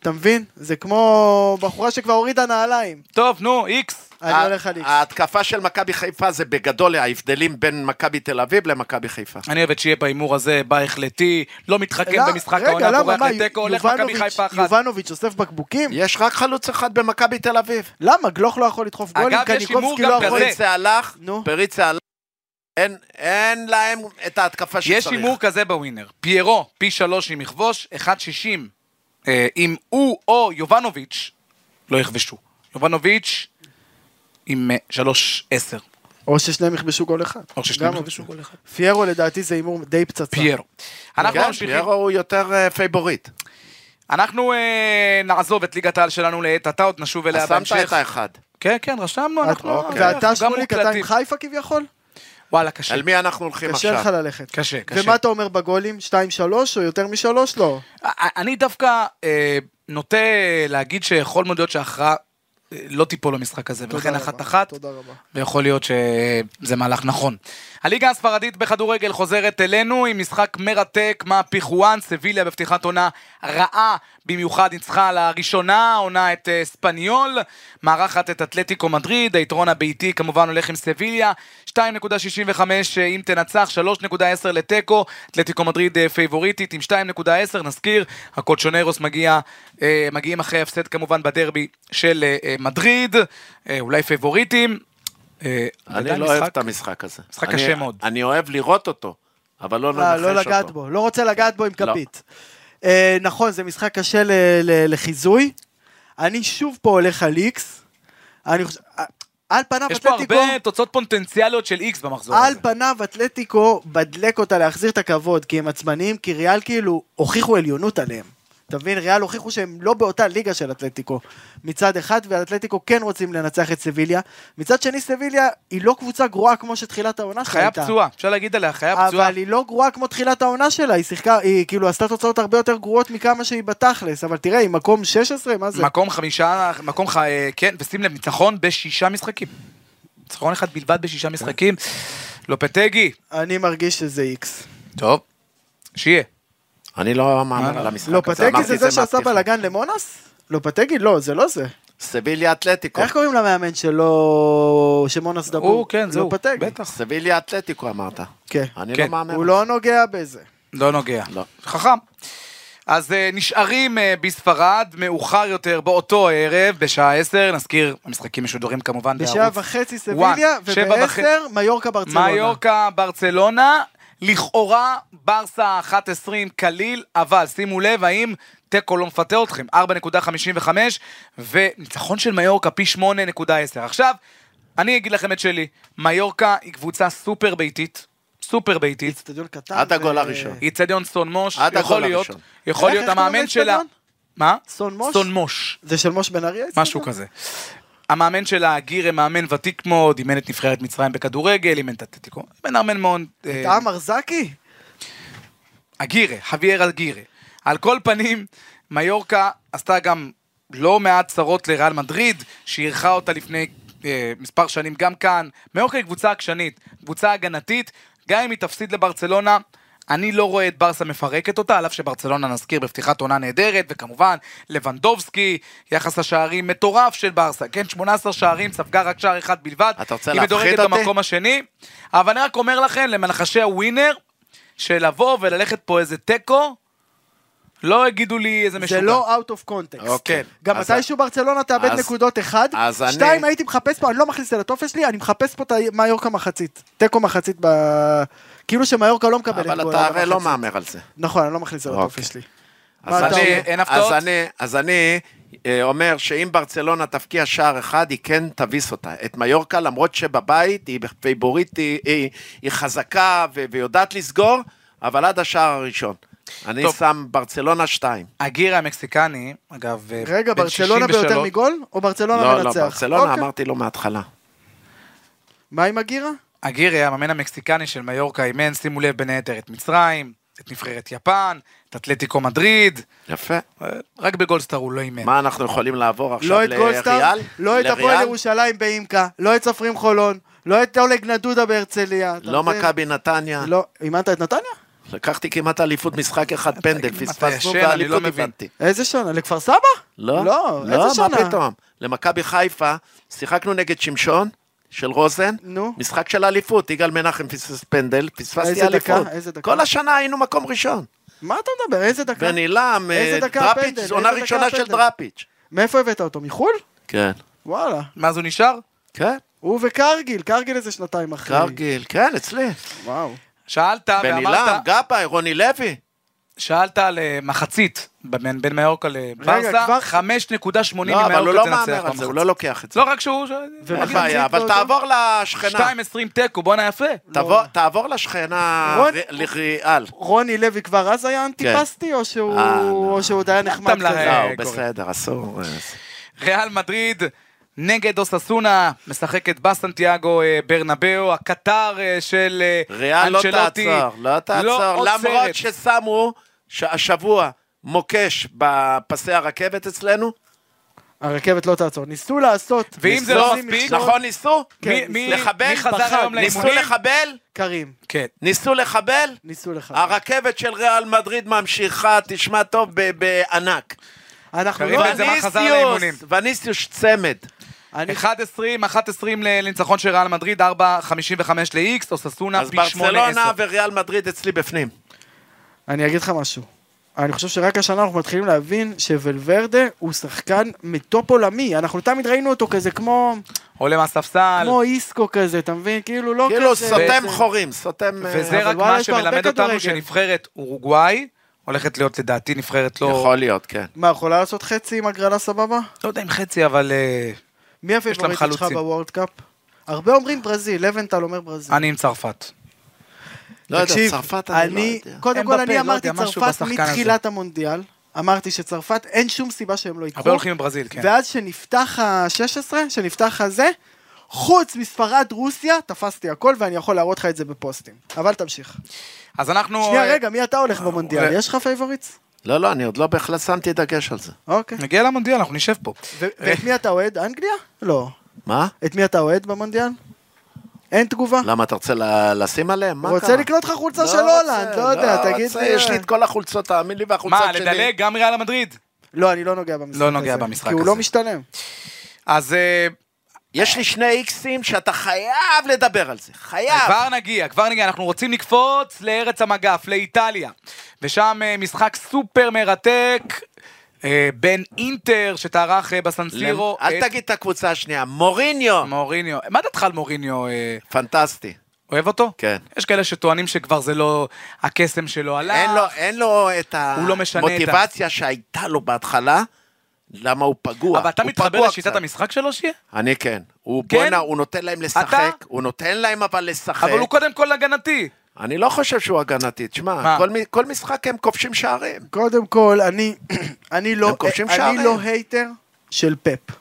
[SPEAKER 3] אתה מבין? זה כמו בחורה שכבר הורידה נעליים.
[SPEAKER 1] טוב, נו, איקס.
[SPEAKER 3] אני הולך על איקס.
[SPEAKER 4] ההתקפה של מכבי חיפה זה בגדול ההבדלים בין מכבי תל אביב למכבי חיפה.
[SPEAKER 1] אני אוהבת שיהיה בהימור הזה, בא החלטי, לא מתחכם
[SPEAKER 3] לא,
[SPEAKER 1] במשחק
[SPEAKER 3] רגע,
[SPEAKER 1] העונה,
[SPEAKER 3] למה?
[SPEAKER 1] בורח
[SPEAKER 3] מה,
[SPEAKER 1] לתיקו, הולך מכבי
[SPEAKER 3] יובנוביץ'-
[SPEAKER 1] חיפה אחת.
[SPEAKER 3] יובנוביץ' אוסף בקבוקים?
[SPEAKER 4] יש רק חלוץ אחד במכבי תל אביב.
[SPEAKER 3] למה? גלוך לא יכול לדחוף
[SPEAKER 1] אגב,
[SPEAKER 3] גולים,
[SPEAKER 1] יש הימור
[SPEAKER 3] קניקובסקי
[SPEAKER 1] גם
[SPEAKER 3] לא יכול...
[SPEAKER 1] כזה.
[SPEAKER 4] פריצה הלך,
[SPEAKER 3] נו.
[SPEAKER 4] פריצה הלך. אין, אין להם את ההתקפה שצריך.
[SPEAKER 1] יש הימור כזה בווינר. פיירו, פי שלוש אם יכבוש, 1.60. אה, אם הוא או יובנוביץ' לא יכבשו. יובנוביץ' עם אה, 3.10.
[SPEAKER 3] או ששניהם יכבשו גול אחד.
[SPEAKER 1] או ששניהם
[SPEAKER 3] גם-
[SPEAKER 1] יכבשו גול אחד.
[SPEAKER 3] פיירו לדעתי זה הימור די פצצה.
[SPEAKER 1] פיירו. אנחנו
[SPEAKER 4] כן,
[SPEAKER 1] ממשיכים.
[SPEAKER 4] פיירו הוא יותר אה, פייבוריט.
[SPEAKER 1] אנחנו אה, נעזוב את ליגת העל שלנו לעת עתה, עוד נשוב אליה
[SPEAKER 4] אז שמת
[SPEAKER 1] בהמשך.
[SPEAKER 4] את האחד.
[SPEAKER 1] כן, כן, רשמנו,
[SPEAKER 3] את-
[SPEAKER 1] אנחנו... אנחנו גם
[SPEAKER 3] אוקיי. ואתה שמוליק, אתה
[SPEAKER 1] מוקלטים.
[SPEAKER 3] עם חיפה כביכול?
[SPEAKER 1] וואלה, קשה.
[SPEAKER 4] על מי אנחנו הולכים
[SPEAKER 3] קשה לך
[SPEAKER 4] עכשיו?
[SPEAKER 3] ללכת.
[SPEAKER 1] קשה, קשה.
[SPEAKER 3] ומה אתה אומר בגולים? 2-3 או יותר משלוש? לא.
[SPEAKER 1] א- אני דווקא אה, נוטה להגיד שיכול מאוד להיות שההכרעה אה, לא תיפול במשחק הזה, ולכן
[SPEAKER 3] רבה,
[SPEAKER 1] אחת-אחת,
[SPEAKER 3] תודה רבה.
[SPEAKER 1] ויכול להיות שזה מהלך נכון. הליגה הספרדית בכדורגל חוזרת אלינו עם משחק מרתק, מה פיחואן, סביליה בפתיחת עונה רעה, במיוחד ניצחה על הראשונה, עונה את אה, ספניול, מארחת את אתלטיקו מדריד, היתרון הביתי כמובן הולך עם סביליה, 2.65 אה, אם תנצח, 3.10 לתיקו, אתלטיקו מדריד אה, פייבוריטית עם 2.10, נזכיר, הקולצ'ונרוס מגיע, אה, מגיעים אחרי הפסד כמובן בדרבי של אה, אה, מדריד, אה, אולי פייבוריטים. אה,
[SPEAKER 4] אני
[SPEAKER 1] עדיין
[SPEAKER 4] לא אוהב
[SPEAKER 1] משחק-
[SPEAKER 4] את המשחק הזה.
[SPEAKER 1] משחק
[SPEAKER 4] אני-
[SPEAKER 1] קשה מאוד.
[SPEAKER 4] אני אוהב לראות אותו, אבל לא
[SPEAKER 3] אה,
[SPEAKER 4] לנחש אותו.
[SPEAKER 3] לא לגעת בו. לא רוצה לגעת בו עם כפית. אה, נכון, זה משחק קשה ל- ל- לחיזוי. אני שוב פה הולך על איקס. אני חושב... אה, על פניו
[SPEAKER 1] יש פה
[SPEAKER 3] אתלטיקו-
[SPEAKER 1] הרבה תוצאות פוטנציאליות של איקס במחזור
[SPEAKER 3] על
[SPEAKER 1] הזה.
[SPEAKER 3] פניו אתלטיקו בדלק אותה להחזיר את הכבוד, כי הם עצמניים, כי ריאל כאילו הוכיחו עליונות עליהם. אתה מבין? ריאל הוכיחו שהם לא באותה ליגה של אתלטיקו מצד אחד, ואתלטיקו כן רוצים לנצח את סביליה. מצד שני, סביליה היא לא קבוצה גרועה כמו שתחילת העונה שלה
[SPEAKER 1] חיה
[SPEAKER 3] הייתה.
[SPEAKER 1] פצועה, אפשר להגיד עליה, חיה פצועה.
[SPEAKER 3] אבל היא לא גרועה כמו תחילת העונה שלה, היא שיחקה, היא כאילו עשתה תוצאות הרבה יותר גרועות מכמה שהיא בתכלס, אבל תראה, היא מקום 16, מה זה?
[SPEAKER 1] מקום חמישה, מקום ח... אה, כן, ושים לב, ניצחון בשישה משחקים. ניצחון אחד בלבד בשישה משחקים. לופטגי,
[SPEAKER 3] אני מרגיש שזה איקס.
[SPEAKER 1] טוב, שיהיה.
[SPEAKER 4] אני לא מאמין על המשחק הזה.
[SPEAKER 3] לא, פתגי
[SPEAKER 4] אמרתי,
[SPEAKER 3] זה זה שעשה
[SPEAKER 4] מהפתיחה.
[SPEAKER 3] בלאגן למונס? לא, פתגי לא, זה לא זה.
[SPEAKER 4] סביליה אתלטיקו.
[SPEAKER 3] איך קוראים למאמן שלו, שמונס דבור?
[SPEAKER 1] הוא, כן, זה הוא.
[SPEAKER 3] פתק.
[SPEAKER 1] בטח.
[SPEAKER 4] סביליה אתלטיקו אמרת.
[SPEAKER 3] כן.
[SPEAKER 4] אני
[SPEAKER 1] כן.
[SPEAKER 4] לא מאמין.
[SPEAKER 3] הוא לא נוגע בזה.
[SPEAKER 1] לא נוגע.
[SPEAKER 4] לא.
[SPEAKER 1] חכם. אז אה, נשארים אה, בספרד, מאוחר יותר באותו ערב, בשעה 10, נזכיר, המשחקים משודרים כמובן
[SPEAKER 3] בשעה
[SPEAKER 1] בערוץ.
[SPEAKER 3] וחצי
[SPEAKER 1] וואן.
[SPEAKER 3] סביליה,
[SPEAKER 1] שבע וחצי-
[SPEAKER 3] ובעשר מיורקה ברצלונה.
[SPEAKER 1] מיורקה, ברצלונה, לכאורה ברסה 1.20 קליל, אבל שימו לב האם תיקו לא מפתה אתכם, 4.55 וניצחון של מיורקה פי 8.10. עכשיו, אני אגיד לכם את שלי. מיורקה היא קבוצה סופר ביתית. סופר ביתית.
[SPEAKER 3] אצטדיון קטן.
[SPEAKER 4] עד הגול
[SPEAKER 3] ו-
[SPEAKER 4] הראשון.
[SPEAKER 1] איצטדיון סון מוש,
[SPEAKER 4] עד
[SPEAKER 1] יכול
[SPEAKER 4] הגול
[SPEAKER 1] להיות,
[SPEAKER 4] הראשון.
[SPEAKER 1] יכול
[SPEAKER 3] איך-
[SPEAKER 1] להיות
[SPEAKER 3] איך קוראים
[SPEAKER 1] המאמן שלה...
[SPEAKER 3] לאצטדיון?
[SPEAKER 1] מה?
[SPEAKER 3] סון מוש?
[SPEAKER 1] סון מוש,
[SPEAKER 3] זה של מוש בן ארי?
[SPEAKER 1] משהו כזה. המאמן שלה, הגירה, מאמן ותיק מאוד, אימן את נבחרת מצרים בכדורגל, אימן את הטטיקו, אימן הרבה מאוד... אה,
[SPEAKER 3] טעם מרזקי?
[SPEAKER 1] הגירה, חוויאר הגירה. על כל פנים, מיורקה עשתה גם לא מעט צרות לריאל מדריד, שאירחה אותה לפני אה, מספר שנים גם כאן. מיורקה היא קבוצה עקשנית, קבוצה הגנתית, גם אם היא תפסיד לברצלונה. אני לא רואה את ברסה מפרקת אותה, על אף שברצלונה נזכיר בפתיחת עונה נהדרת, וכמובן לבנדובסקי, יחס השערים מטורף של ברסה, כן, 18 שערים, ספגה רק שער אחד בלבד.
[SPEAKER 4] אתה רוצה
[SPEAKER 1] היא
[SPEAKER 4] להפחיד
[SPEAKER 1] מדורגת
[SPEAKER 4] אותי?
[SPEAKER 1] במקום השני, אבל אני רק אומר לכם, למנחשי הווינר, שלבוא וללכת פה איזה תיקו, לא יגידו לי איזה משוגע. כן.
[SPEAKER 3] זה לא out of context.
[SPEAKER 4] אוקיי.
[SPEAKER 3] גם
[SPEAKER 4] אז-
[SPEAKER 3] מתישהו ברצלונה תאבד
[SPEAKER 4] אז-
[SPEAKER 3] נקודות אחד,
[SPEAKER 4] אז אני-
[SPEAKER 3] שתיים הייתי מחפש פה, אני לא מכניס את זה לטופס שלי, אני מחפש פה את ה- מיורקה מחצית. תיקו מחצית ב... כאילו שמיורקה לא מקבלת
[SPEAKER 4] אבל
[SPEAKER 3] גול
[SPEAKER 4] אתה
[SPEAKER 3] עד
[SPEAKER 4] הרי לא
[SPEAKER 3] המחצית.
[SPEAKER 4] מהמר על זה.
[SPEAKER 3] נכון, אני לא מכניס את זה
[SPEAKER 4] אוקיי.
[SPEAKER 3] לטופס שלי.
[SPEAKER 4] אז
[SPEAKER 3] מה אתה
[SPEAKER 4] אני-
[SPEAKER 3] אומר?
[SPEAKER 1] אין
[SPEAKER 4] אז
[SPEAKER 1] הפתעות?
[SPEAKER 4] אני- אז אני אה, אומר שאם ברצלונה תבקיע שער אחד, היא כן תביס אותה. את מיורקה, למרות שבבית היא פייבוריט, היא- היא היא חזקה ו- ויודעת לסגור, אבל עד השער הראשון. אני
[SPEAKER 1] טוב.
[SPEAKER 4] שם ברצלונה שתיים.
[SPEAKER 1] הגירה המקסיקני, אגב, אה,
[SPEAKER 3] רגע,
[SPEAKER 1] בן
[SPEAKER 3] ברצלונה
[SPEAKER 1] 63,
[SPEAKER 3] ביותר מגול, או ברצלונה
[SPEAKER 4] לא, לא,
[SPEAKER 3] מנצח?
[SPEAKER 4] ברצלונה
[SPEAKER 3] אוקיי.
[SPEAKER 4] אמרתי לו מההתחלה.
[SPEAKER 3] מה עם הגירה?
[SPEAKER 1] הגירה, המאמן המקסיקני של מיורקה, אימן, שימו לב, בין היתר את מצרים, את נבחרת יפן, את אתלטיקו מדריד,
[SPEAKER 4] יפה.
[SPEAKER 1] אה, רק בגולדסטאר הוא לא אימן.
[SPEAKER 4] מה אנחנו יכולים לעבור עכשיו
[SPEAKER 3] לא את גולדסטאר,
[SPEAKER 4] לריאל?
[SPEAKER 3] לא את הפועל
[SPEAKER 4] לריאל?
[SPEAKER 3] ירושלים באימקה, לא את סופרים חולון, לא את אולג נדודה בהרצליה. אתה
[SPEAKER 4] לא
[SPEAKER 3] מבין?
[SPEAKER 4] מכבי נתניה.
[SPEAKER 3] לא, אימנת את נתניה?
[SPEAKER 4] לקחתי כמעט אליפות משחק אחד פנדל, פספסנו
[SPEAKER 1] ישן, אני לא
[SPEAKER 4] ואליפות
[SPEAKER 1] מבין.
[SPEAKER 4] איבדתי.
[SPEAKER 3] איזה שנה? לכפר סבא?
[SPEAKER 4] לא,
[SPEAKER 3] לא, איזה
[SPEAKER 4] לא,
[SPEAKER 3] שנה?
[SPEAKER 4] מה פתאום? למכבי חיפה, שיחקנו נגד שמשון של רוזן,
[SPEAKER 3] נו.
[SPEAKER 4] משחק של אליפות, יגאל מנחם פספס פנדל, פספסתי
[SPEAKER 3] איזה דקה?
[SPEAKER 4] אליפות.
[SPEAKER 3] איזה דקה?
[SPEAKER 4] כל השנה היינו מקום ראשון.
[SPEAKER 3] מה אתה מדבר? איזה דקה?
[SPEAKER 4] בן עילם,
[SPEAKER 3] איזה
[SPEAKER 4] אה,
[SPEAKER 3] דקה הפנדל?
[SPEAKER 4] דראפיץ',
[SPEAKER 3] איזה
[SPEAKER 4] עונה
[SPEAKER 3] דקה
[SPEAKER 4] ראשונה של
[SPEAKER 3] הפנדל?
[SPEAKER 4] דראפיץ'.
[SPEAKER 3] מאיפה הבאת אותו? מחו"ל?
[SPEAKER 4] כן.
[SPEAKER 3] וואלה.
[SPEAKER 1] מה אז הוא נשאר?
[SPEAKER 4] כן,
[SPEAKER 3] הוא וקרגיל, קרגיל איזה שנתיים אחרי.
[SPEAKER 4] קרגיל, כן, אצלי.
[SPEAKER 3] וואו.
[SPEAKER 1] שאלת
[SPEAKER 4] בן עילם,
[SPEAKER 1] ואמרת,
[SPEAKER 4] גבאי, רוני לוי.
[SPEAKER 1] שאלת על אה, מחצית, בין בין מיורקה
[SPEAKER 3] רגע,
[SPEAKER 1] לברסה,
[SPEAKER 3] כבר-
[SPEAKER 1] 5.80 ממיורקה תנצח
[SPEAKER 4] לא, אבל הוא לא
[SPEAKER 1] במחצית.
[SPEAKER 4] מהמר על זה, הוא לא לוקח את זה.
[SPEAKER 1] לא רק שהוא...
[SPEAKER 4] אין
[SPEAKER 3] ומחצית
[SPEAKER 4] בעיה, אבל
[SPEAKER 3] באותו-
[SPEAKER 4] תעבור לשכנה.
[SPEAKER 1] 2.20 תיקו, בואנה יפה.
[SPEAKER 4] תעבור- תעבור לשכנה
[SPEAKER 3] רון-
[SPEAKER 4] ר- לריאל.
[SPEAKER 3] רוני לוי כבר אז היה אנטיפסטי, או שהוא-
[SPEAKER 4] אה, לא.
[SPEAKER 3] או שהוא עוד היה נחמד
[SPEAKER 1] אתה מלהג.
[SPEAKER 4] לא,
[SPEAKER 1] אה,
[SPEAKER 3] כזה?
[SPEAKER 4] הוא
[SPEAKER 1] קורה.
[SPEAKER 4] בסדר, אסור. אה,
[SPEAKER 1] ריאל מדריד נגד אוססונה, משחקת בסנטיאגו אה, ברנבאו, הקטר אה, של אה,
[SPEAKER 4] ריאל לא
[SPEAKER 1] אנצ'לוטי.
[SPEAKER 4] תעצור, לא תעצור,
[SPEAKER 1] עוצרת.
[SPEAKER 4] למרות ששמו ש- השבוע מוקש בפסי הרכבת אצלנו.
[SPEAKER 3] הרכבת לא תעצור. ניסו לעשות.
[SPEAKER 1] ואם זה לא
[SPEAKER 3] ניסו
[SPEAKER 4] ניסו,
[SPEAKER 1] מספיק,
[SPEAKER 4] נכון ניסו?
[SPEAKER 1] מי-
[SPEAKER 3] כן,
[SPEAKER 1] מי-
[SPEAKER 4] לחבל?
[SPEAKER 1] מי חזר
[SPEAKER 3] בחג.
[SPEAKER 1] היום
[SPEAKER 4] ניסו
[SPEAKER 1] לאימונים?
[SPEAKER 4] לחבל?
[SPEAKER 3] קרים.
[SPEAKER 1] כן.
[SPEAKER 4] ניסו לחבל?
[SPEAKER 3] ניסו לך.
[SPEAKER 4] אה, הרכבת של ריאל מדריד ממשיכה, תשמע טוב, ב- בענק.
[SPEAKER 3] אנחנו
[SPEAKER 1] קרים
[SPEAKER 3] לא...
[SPEAKER 1] וזה מה חזר לאימונים.
[SPEAKER 4] וניסיוס, וניסיוס צמד.
[SPEAKER 3] אני
[SPEAKER 1] 1.20, 1.20 לניצחון של ריאל מדריד, 4.55 ל-X, אוססונה
[SPEAKER 4] אז
[SPEAKER 1] פי 8.10.
[SPEAKER 4] ברצלונה וריאל מדריד אצלי בפנים.
[SPEAKER 3] אני אגיד לך משהו. אני חושב שרק השנה אנחנו מתחילים להבין שוולברדה הוא שחקן מטופ עולמי. אנחנו תמיד ראינו אותו כזה כמו,
[SPEAKER 1] עולה מהספסל.
[SPEAKER 3] כמו איסקו כזה, אתה מבין? כאילו לא
[SPEAKER 4] כאילו
[SPEAKER 3] כזה...
[SPEAKER 4] סותם
[SPEAKER 3] בעצם.
[SPEAKER 4] חורים, סותם... אה,
[SPEAKER 1] וזה
[SPEAKER 3] אבל
[SPEAKER 1] רק
[SPEAKER 3] וואלה,
[SPEAKER 1] מה
[SPEAKER 3] יש לו הרבה
[SPEAKER 1] שמלמד אותנו
[SPEAKER 3] כדורגל.
[SPEAKER 1] שנבחרת אורוגוואי הולכת להיות לדעתי נבחרת לא...
[SPEAKER 4] יכול להיות, כן.
[SPEAKER 3] מה, יכולה לעשות חצי עם הגרלה סבבה?
[SPEAKER 1] לא יודע אם חצי, אבל אה,
[SPEAKER 3] מי
[SPEAKER 1] להם
[SPEAKER 3] הפייבוריטית שלך
[SPEAKER 1] חלוצים.
[SPEAKER 3] בוורד קאפ? הרבה אומרים ברזיל, לבנטל אומר ברזיל.
[SPEAKER 1] אני עם צרפת.
[SPEAKER 4] לא יודע,
[SPEAKER 3] תקשיב,
[SPEAKER 4] צרפת אני לא
[SPEAKER 3] אני,
[SPEAKER 4] יודע.
[SPEAKER 3] קודם
[SPEAKER 1] אמבפה,
[SPEAKER 3] כל
[SPEAKER 1] לא
[SPEAKER 3] אני אמרתי
[SPEAKER 1] יודע, משהו
[SPEAKER 3] צרפת
[SPEAKER 1] בשחקן הזה.
[SPEAKER 3] מתחילת המונדיאל, אמרתי שצרפת אין שום סיבה שהם לא
[SPEAKER 1] הרבה
[SPEAKER 3] יקחו,
[SPEAKER 1] הולכים עם ברזיל, כן.
[SPEAKER 3] ואז שנפתח ה-16, שנפתח הזה, חוץ מספרד רוסיה, תפסתי הכל ואני יכול להראות לך את זה בפוסטים, אבל תמשיך.
[SPEAKER 1] אז אנחנו...
[SPEAKER 3] שנייה
[SPEAKER 1] אה,
[SPEAKER 3] רגע, מי אתה הולך במונדיאל?
[SPEAKER 1] אה,
[SPEAKER 3] יש לך פייבוריטס?
[SPEAKER 4] לא, לא, אני עוד לא בהחלט שמתי דגש על זה.
[SPEAKER 3] אוקיי.
[SPEAKER 1] נגיע למונדיאל, אנחנו נשב פה.
[SPEAKER 3] ו- ואת מי אתה אוהד? אנגליה? לא.
[SPEAKER 4] מה?
[SPEAKER 3] את מי אתה אוהד במונדיאל? אין תגובה?
[SPEAKER 1] לא.
[SPEAKER 4] למה, אתה רוצה ל- לשים עליהם? מה
[SPEAKER 3] רוצה
[SPEAKER 4] קרה?
[SPEAKER 3] לקנות לך חולצה
[SPEAKER 4] לא
[SPEAKER 3] של הולנד,
[SPEAKER 4] רוצה,
[SPEAKER 3] לא יודע, תגיד
[SPEAKER 4] רוצה,
[SPEAKER 3] לי.
[SPEAKER 4] יש לי את כל החולצות, תאמין לי, והחולצות
[SPEAKER 1] מה,
[SPEAKER 4] שלי.
[SPEAKER 1] לדלג גם ריאל מדריד?
[SPEAKER 3] לא, אני לא נוגע במשחק
[SPEAKER 1] לא נוגע
[SPEAKER 3] הזה,
[SPEAKER 1] במשחק
[SPEAKER 3] כי הוא
[SPEAKER 1] הזה.
[SPEAKER 3] לא משתלם.
[SPEAKER 1] אז אה,
[SPEAKER 4] יש לי שני איקסים שאתה חייב לדבר על זה. חייב.
[SPEAKER 1] כבר נגיע, כבר נגיע. אנחנו רוצים לקפוץ לארץ המגף, לאיטליה. ושם אה, משחק סופר מרתק אה, בין אינטר, שתערך אה, בסנסירו.
[SPEAKER 4] אל
[SPEAKER 1] את
[SPEAKER 4] תגיד את הקבוצה השנייה. מוריניו.
[SPEAKER 1] מוריניו. מה דעתך על מוריניו? אה,
[SPEAKER 4] פנטסטי.
[SPEAKER 1] אוהב אותו?
[SPEAKER 4] כן.
[SPEAKER 1] יש כאלה שטוענים שכבר זה לא הקסם שלו עלה.
[SPEAKER 4] אין לו- אין לו את
[SPEAKER 1] לא. הוא לא משנה את ה-
[SPEAKER 4] המוטיבציה שהייתה לו בהתחלה למה הוא פגוע.
[SPEAKER 1] אבל אתה
[SPEAKER 4] הוא
[SPEAKER 1] מתחבר
[SPEAKER 4] פגוע
[SPEAKER 1] לשיטת
[SPEAKER 4] קצת.
[SPEAKER 1] המשחק שלו, שיהיה?
[SPEAKER 4] אני כן. הוא
[SPEAKER 1] כן?
[SPEAKER 4] בואנה, הוא נותן להם לשחק, הוא נותן להם אבל לשחק.
[SPEAKER 1] אבל הוא קודם כל הגנתי.
[SPEAKER 4] אני לא חושב שהוא הגנתי, תשמע,
[SPEAKER 1] מה?
[SPEAKER 4] כל, מ- כל משחק הם כובשים שערים.
[SPEAKER 3] קודם כל, אני, אני,
[SPEAKER 4] הם
[SPEAKER 3] לא,
[SPEAKER 4] כובשים שערים.
[SPEAKER 3] אני לא הייטר של פפ.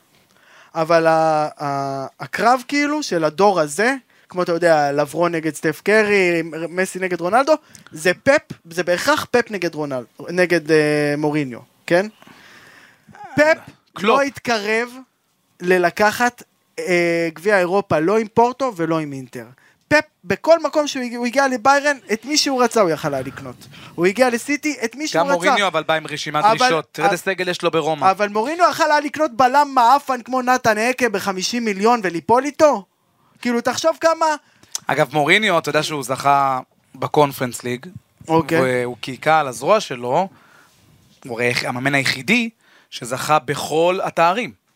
[SPEAKER 3] אבל ה- ה- הקרב כאילו של הדור הזה, כמו אתה יודע, לברון נגד סטף קרי, מסי נגד רונלדו, זה פפ, זה בהכרח פפ נגד רונלדו, נגד אה, מוריניו, כן? פפ
[SPEAKER 1] קלופ.
[SPEAKER 3] לא התקרב ללקחת אה, גביע אירופה, לא עם פורטו ולא עם אינטר. פפ, בכל מקום שהוא הגיע, הוא הגיע לביירן, את מי שהוא רצה הוא יכל היה לקנות. הוא הגיע לסיטי, את מי שהוא
[SPEAKER 1] גם
[SPEAKER 3] רצה.
[SPEAKER 1] מוריניו אבל בא עם רשימת
[SPEAKER 3] אבל-
[SPEAKER 1] דרישות. תראה
[SPEAKER 3] אבל-
[SPEAKER 1] איזה סגל יש לו ברומא.
[SPEAKER 3] אבל מוריניו יכל היה לקנות בלם מעפן כמו נתן אקה ב-50 מיליון וליפול איתו? כאילו, תחשוב כמה...
[SPEAKER 1] אגב, מוריניו, אתה יודע שהוא זכה בקונפרנס ליג.
[SPEAKER 3] אוקיי.
[SPEAKER 1] והוא קיקה על הזרוע שלו. הוא הרי המאמן היחידי שזכה בכל התארים.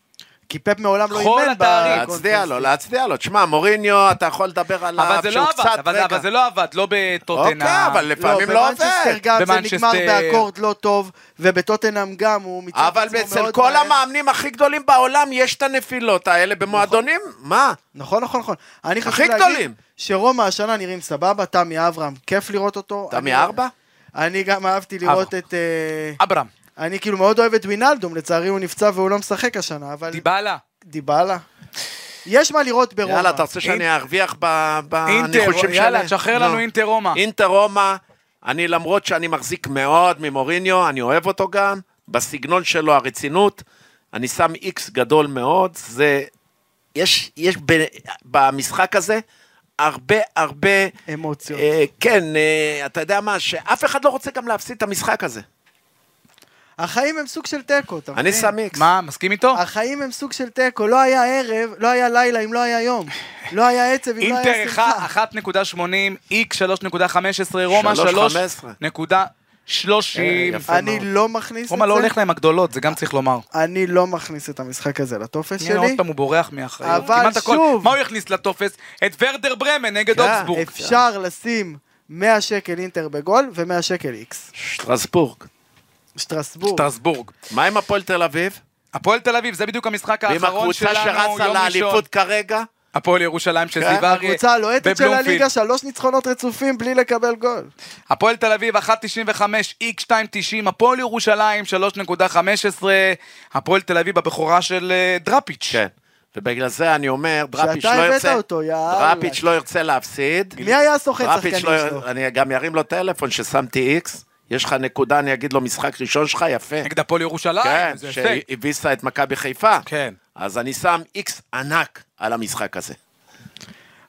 [SPEAKER 3] כי פפ מעולם לא
[SPEAKER 1] כל
[SPEAKER 3] אימן לא,
[SPEAKER 1] התארים.
[SPEAKER 4] אה, להצדיע לו, להצדיע לו. תשמע, מוריניו, אתה יכול לדבר עליו
[SPEAKER 1] אבל זה
[SPEAKER 4] שהוא
[SPEAKER 1] לא
[SPEAKER 4] קצת...
[SPEAKER 1] עבד, אבל זה-
[SPEAKER 4] רגע.
[SPEAKER 1] אבל זה לא עבד, לא בטוטנה.
[SPEAKER 4] אוקיי, אבל לפעמים לא עובד.
[SPEAKER 3] במנצ'סטר גם זה
[SPEAKER 1] במנצ'סטר-
[SPEAKER 3] נגמר באקורד לא טוב, ובטוטנאם גם הוא
[SPEAKER 1] לא
[SPEAKER 3] מצד
[SPEAKER 4] אבל
[SPEAKER 3] עצמו
[SPEAKER 4] אצל
[SPEAKER 3] מאוד
[SPEAKER 4] כל
[SPEAKER 3] מהר.
[SPEAKER 4] המאמנים הכי גדולים בעולם יש את הנפילות האלה במועדונים? מה?
[SPEAKER 3] נכון, נכון, נכון. אני
[SPEAKER 4] הכי
[SPEAKER 3] חשוב להגיד
[SPEAKER 4] גדולים.
[SPEAKER 3] שרומא השנה נראים סבבה, תמי אברהם, כיף לראות אותו.
[SPEAKER 4] תמי
[SPEAKER 3] אני-
[SPEAKER 4] ארבע?
[SPEAKER 3] אני גם אהבתי לראות את... אה,
[SPEAKER 1] אברהם,
[SPEAKER 3] אני כאילו מאוד אוהב את וינאלדום, לצערי הוא נפצע והוא לא משחק השנה, אבל...
[SPEAKER 1] דיבאלה.
[SPEAKER 3] דיבלה. יש מה לראות ברומא.
[SPEAKER 4] יאללה, אתה רוצה שאני ארוויח ב-
[SPEAKER 1] אינטר,
[SPEAKER 4] בניחושים שלי?
[SPEAKER 1] יאללה, תשחרר
[SPEAKER 4] לא.
[SPEAKER 1] לנו אינטר רומא.
[SPEAKER 4] אינטר רומא, אני למרות שאני מחזיק מאוד ממוריניו, אני אוהב אותו גם, בסגנון שלו הרצינות, אני שם איקס גדול מאוד, זה... יש, יש ב, במשחק הזה הרבה הרבה...
[SPEAKER 3] אמוציות.
[SPEAKER 4] אה, כן, אה, אתה יודע מה, שאף אחד לא רוצה גם להפסיד את המשחק הזה.
[SPEAKER 1] אוקיי.
[SPEAKER 3] החיים הם סוג של תיקו, אתה מבין?
[SPEAKER 4] אני שם איקס.
[SPEAKER 1] מה, מסכים איתו?
[SPEAKER 3] החיים הם סוג של תיקו, לא היה ערב, לא היה לילה אם לא היה יום. לא היה עצב אם לא
[SPEAKER 1] אינטר
[SPEAKER 3] היה שמחה.
[SPEAKER 1] 1.80, איקס 3.15, רומא
[SPEAKER 4] 3.15.
[SPEAKER 1] 3.30.
[SPEAKER 4] אה, יפה
[SPEAKER 3] אני
[SPEAKER 4] מאוד.
[SPEAKER 3] לא מכניס את זה.
[SPEAKER 1] רומא לא הולך להם הגדולות, זה גם צריך לומר.
[SPEAKER 3] אני לא מכניס את המשחק הזה לטופס
[SPEAKER 1] הנה, עוד
[SPEAKER 3] שלי.
[SPEAKER 1] פעם הוא בורח מאחריות.
[SPEAKER 3] אבל
[SPEAKER 1] כמעט הכל.
[SPEAKER 3] שוב.
[SPEAKER 1] מה הוא יכניס לטופס? את ורדר ברמן נגד
[SPEAKER 4] כן,
[SPEAKER 1] אוגסבורג.
[SPEAKER 3] אפשר לשים 100 שקל אינטר בגול ו-100 שקל איקס.
[SPEAKER 4] שטרסבורג.
[SPEAKER 3] שטרסבורג.
[SPEAKER 1] שטרסבורג.
[SPEAKER 4] מה עם הפועל תל אביב?
[SPEAKER 1] הפועל תל אביב, זה בדיוק המשחק
[SPEAKER 4] ועם
[SPEAKER 1] האחרון
[SPEAKER 4] הקבוצה
[SPEAKER 1] שלנו,
[SPEAKER 4] שרצה
[SPEAKER 1] יום ראשון.
[SPEAKER 4] לאליפות כרגע?
[SPEAKER 1] הפועל ירושלים של
[SPEAKER 4] כן,
[SPEAKER 1] זיו אריה.
[SPEAKER 3] הקבוצה הלוהטת של
[SPEAKER 1] בבלומפילד.
[SPEAKER 3] הליגה, שלוש ניצחונות רצופים בלי לקבל גול.
[SPEAKER 1] הפועל תל אביב 1.95, איקס 2.90, הפועל ירושלים 3.15, הפועל תל אביב הבכורה של אה, דראפיץ'.
[SPEAKER 4] כן. ובגלל זה אני אומר, דראפיץ'
[SPEAKER 3] שאתה
[SPEAKER 4] לא
[SPEAKER 3] הבאת
[SPEAKER 4] ירצה...
[SPEAKER 3] אותו, יאללה.
[SPEAKER 4] דראפיץ' לא ירצה להפסיד.
[SPEAKER 3] מי היה סוחט
[SPEAKER 4] דראפיץ'
[SPEAKER 3] שחקנים
[SPEAKER 4] לא...
[SPEAKER 3] שלו?
[SPEAKER 4] אני גם ארים לו טלפון ששמתי איקס, יש לך נקודה, אני אגיד לו, משחק ראשון שלך, יפה.
[SPEAKER 1] נגד הפועל ירושלים,
[SPEAKER 4] כן,
[SPEAKER 1] זה הישג.
[SPEAKER 4] שהביסה את מכבי חיפה.
[SPEAKER 1] כן.
[SPEAKER 4] אז אני שם איקס ענק על המשחק הזה.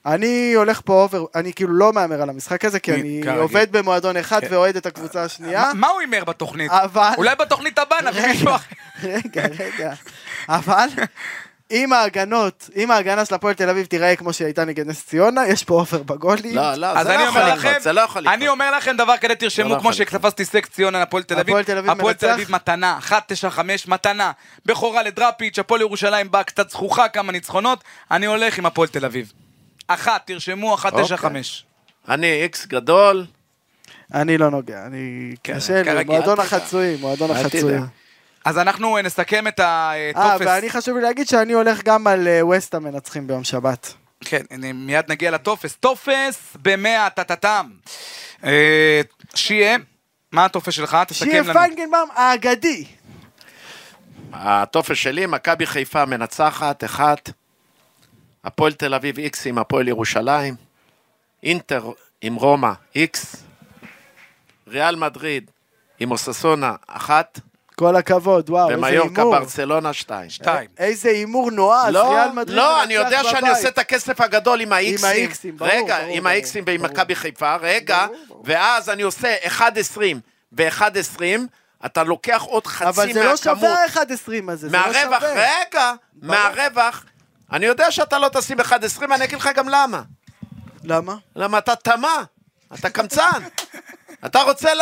[SPEAKER 3] אני הולך פה אובר, אני כאילו לא מהמר על המשחק הזה, כי
[SPEAKER 1] מי-
[SPEAKER 3] אני
[SPEAKER 1] כרגיל. אה,
[SPEAKER 3] עובד במועדון אחד ואוהד את הקבוצה השנייה.
[SPEAKER 1] מה הוא הימר בתוכנית?
[SPEAKER 3] אבל-
[SPEAKER 1] אולי בתוכנית הבאה נביא מישהו אחר.
[SPEAKER 3] רגע, רגע. אבל אם ההגנות, אם ההגנה של הפועל תל אביב תיראה כמו שהיא הייתה נגד נס ציונה, יש פה אופר בגולים.
[SPEAKER 4] לא, לא,
[SPEAKER 1] אז
[SPEAKER 4] זה לא
[SPEAKER 1] אני
[SPEAKER 4] יכול
[SPEAKER 1] אומר
[SPEAKER 4] לקרות,
[SPEAKER 1] לכם,
[SPEAKER 4] זה לא יכול לקרות.
[SPEAKER 1] אני אומר לכם דבר כזה,
[SPEAKER 4] זה לא
[SPEAKER 1] תרשמו,
[SPEAKER 4] יכול
[SPEAKER 1] כמו שתפסתי סק ציון על הפועל תל אביב,
[SPEAKER 3] הפועל תל אביב
[SPEAKER 1] הפועל תל
[SPEAKER 3] מנצח.
[SPEAKER 1] אביב מתנה, 1.95 מתנה, בכורה לדראפיץ', הפועל ירושלים באה קצת זכוכה, כמה ניצחונות, אני הולך עם הפועל תל אביב. אחת, תרשמו, 1.95.
[SPEAKER 4] אוקיי. אני איקס גדול.
[SPEAKER 3] אני לא נוגע, אני...
[SPEAKER 1] כן,
[SPEAKER 3] קשה לי,
[SPEAKER 1] כרגיל,
[SPEAKER 3] מועדון
[SPEAKER 1] אל תדע.
[SPEAKER 3] החצויים, מועדון
[SPEAKER 4] אל
[SPEAKER 3] החצויים.
[SPEAKER 4] תדע.
[SPEAKER 1] אז אנחנו אה, נסכם את
[SPEAKER 3] אה,
[SPEAKER 1] הטופס.
[SPEAKER 3] ואני חשוב לי להגיד שאני הולך גם על אה, ווסט המנצחים ביום שבת.
[SPEAKER 1] כן, אני מיד נגיע לטופס. טופס במאה טה-טה-טם. אה, שיה, מה הטופס שלך?
[SPEAKER 3] שיהיה
[SPEAKER 1] תסכם לנו.
[SPEAKER 3] פיינגנבאום האגדי.
[SPEAKER 4] הטופס שלי, מכבי חיפה מנצחת, אחת. הפועל תל אביב איקס עם הפועל ירושלים. אינטר עם רומא איקס. ריאל מדריד עם אוססונה אחת.
[SPEAKER 3] כל הכבוד, וואו, אה, איזה
[SPEAKER 4] ומיורקה
[SPEAKER 3] הימור.
[SPEAKER 4] ברצלונה שתיים.
[SPEAKER 1] שתיים.
[SPEAKER 3] איזה הימור נועז,
[SPEAKER 4] לא,
[SPEAKER 3] ריאל מדריד
[SPEAKER 4] לא,
[SPEAKER 3] מנצח
[SPEAKER 4] אני יודע שאני
[SPEAKER 3] בבית.
[SPEAKER 4] עושה את הכסף הגדול עם האיקסים.
[SPEAKER 3] האיקסים, ברור,
[SPEAKER 4] רגע,
[SPEAKER 3] ברור,
[SPEAKER 4] עם
[SPEAKER 3] ברור,
[SPEAKER 4] האיקסים ועם
[SPEAKER 3] ברור.
[SPEAKER 4] מכבי חיפה, רגע, ואז אני עושה 1.20 ו-1.20, אתה לוקח עוד חצי מהכמות.
[SPEAKER 3] אבל זה לא שווה ה-1.20 הזה, זה לא שווה.
[SPEAKER 4] מהרווח, רגע, מהרווח, אני יודע שאתה לא תשים 1.20, אני אגיד לך גם למה.
[SPEAKER 3] למה?
[SPEAKER 4] למה אתה טמא, אתה קמצן. אתה רוצה ל-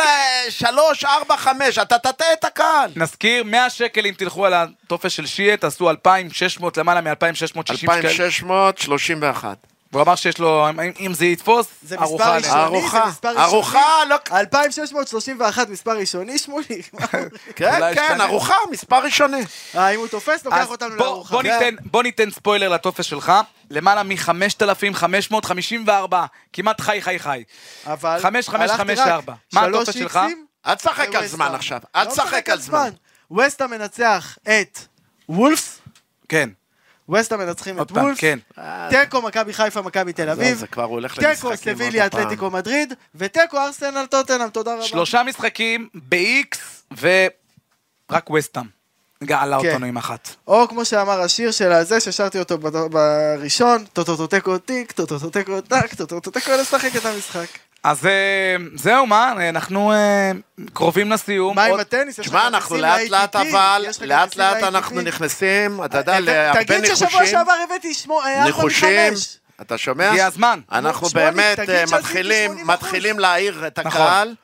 [SPEAKER 4] שלוש, ארבע, חמש, אתה תטעה את הקהל.
[SPEAKER 1] נזכיר, 100 שקל אם תלכו על הטופס של שיעה, תעשו 2,600, למעלה מ-2,660 שקל.
[SPEAKER 4] 2,631.
[SPEAKER 1] הוא אמר שיש לו, אם- אם זה יתפוס,
[SPEAKER 3] זה מספר
[SPEAKER 1] ארוחה עליה.
[SPEAKER 3] ראשון. ראשוני, זה
[SPEAKER 4] ארוחה,
[SPEAKER 3] מספר ראשוני.
[SPEAKER 4] ארוחה, לא...
[SPEAKER 3] 2631 מספר ראשוני, שמולי. מה הוא-
[SPEAKER 4] כן,
[SPEAKER 1] אולי
[SPEAKER 4] כן,
[SPEAKER 1] ישתנה.
[SPEAKER 4] ארוחה, מספר ראשוני.
[SPEAKER 3] אה, אם הוא תופס, לוקח
[SPEAKER 1] אז
[SPEAKER 3] אותנו
[SPEAKER 1] בוא-
[SPEAKER 3] לארוחה.
[SPEAKER 1] בוא ניתן- בוא ניתן ספוילר לטופס שלך, למעלה מ-5,554, כמעט חי חי חי.
[SPEAKER 3] אבל...
[SPEAKER 1] חמש, חמש,
[SPEAKER 3] הלכתי
[SPEAKER 1] חמש,
[SPEAKER 3] רק
[SPEAKER 1] ארבע. מה
[SPEAKER 3] שלוש
[SPEAKER 1] הטופס שלך?
[SPEAKER 3] איקסים,
[SPEAKER 4] אל תשחק לא על
[SPEAKER 3] וווסטהאם.
[SPEAKER 4] זמן עכשיו.
[SPEAKER 3] לא
[SPEAKER 4] אל תשחק על זמן.
[SPEAKER 3] ווסטהאם מנצח את וולפס,
[SPEAKER 1] כן,
[SPEAKER 3] ווסטהאם מנצחים
[SPEAKER 1] עוד
[SPEAKER 3] את
[SPEAKER 1] פעם,
[SPEAKER 3] וולפס,
[SPEAKER 1] כן.
[SPEAKER 3] תיקו מכבי חיפה מכבי תל
[SPEAKER 4] זה-
[SPEAKER 3] אביב,
[SPEAKER 4] זה כבר הולך
[SPEAKER 3] תיקו
[SPEAKER 4] למשחקים
[SPEAKER 3] סביליה
[SPEAKER 4] עוד פעם.
[SPEAKER 3] אתלטיקו מדריד, ותיקו ארסנל טוטנאם, תודה רבה.
[SPEAKER 1] שלושה משחקים באיקס ורק וסטאם. גאלה
[SPEAKER 3] כן.
[SPEAKER 1] אותנו עם אחת.
[SPEAKER 3] או כמו שאמר השיר של הזה, ששרתי אותו בד- בראשון, טוטוטו תיקו טיק, טוטוטו תיקו טק, טוטוטו תיקו לא לשחק את המשחק.
[SPEAKER 1] אז אה, זהו, מה, אנחנו אה, קרובים לסיום.
[SPEAKER 3] מה עם
[SPEAKER 1] עוד-
[SPEAKER 3] הטניס? יש לך
[SPEAKER 4] תשמע, אנחנו
[SPEAKER 3] כרטיסים
[SPEAKER 4] לאט לאט
[SPEAKER 3] ל-ATP?
[SPEAKER 4] אבל,
[SPEAKER 3] יש לך
[SPEAKER 4] לאט
[SPEAKER 3] כרטיסים
[SPEAKER 4] לאט
[SPEAKER 3] ל-ATP?
[SPEAKER 4] אנחנו נכנסים, אתה יודע,
[SPEAKER 3] ת-
[SPEAKER 4] להרבה
[SPEAKER 3] אה, תגיד ששבוע
[SPEAKER 4] ניחושים.
[SPEAKER 3] שעבר הבאתי שמו- אה, ארבע
[SPEAKER 4] ניחושים,
[SPEAKER 3] מחמש.
[SPEAKER 4] אתה שומע?
[SPEAKER 1] הגיע הזמן.
[SPEAKER 4] אנחנו
[SPEAKER 3] שמוליק,
[SPEAKER 4] באמת
[SPEAKER 3] תגיד
[SPEAKER 4] אה,
[SPEAKER 3] שעשיתי
[SPEAKER 4] מתחילים,
[SPEAKER 3] 80%.
[SPEAKER 4] מתחילים להעיר את
[SPEAKER 1] נכון.
[SPEAKER 4] הקהל,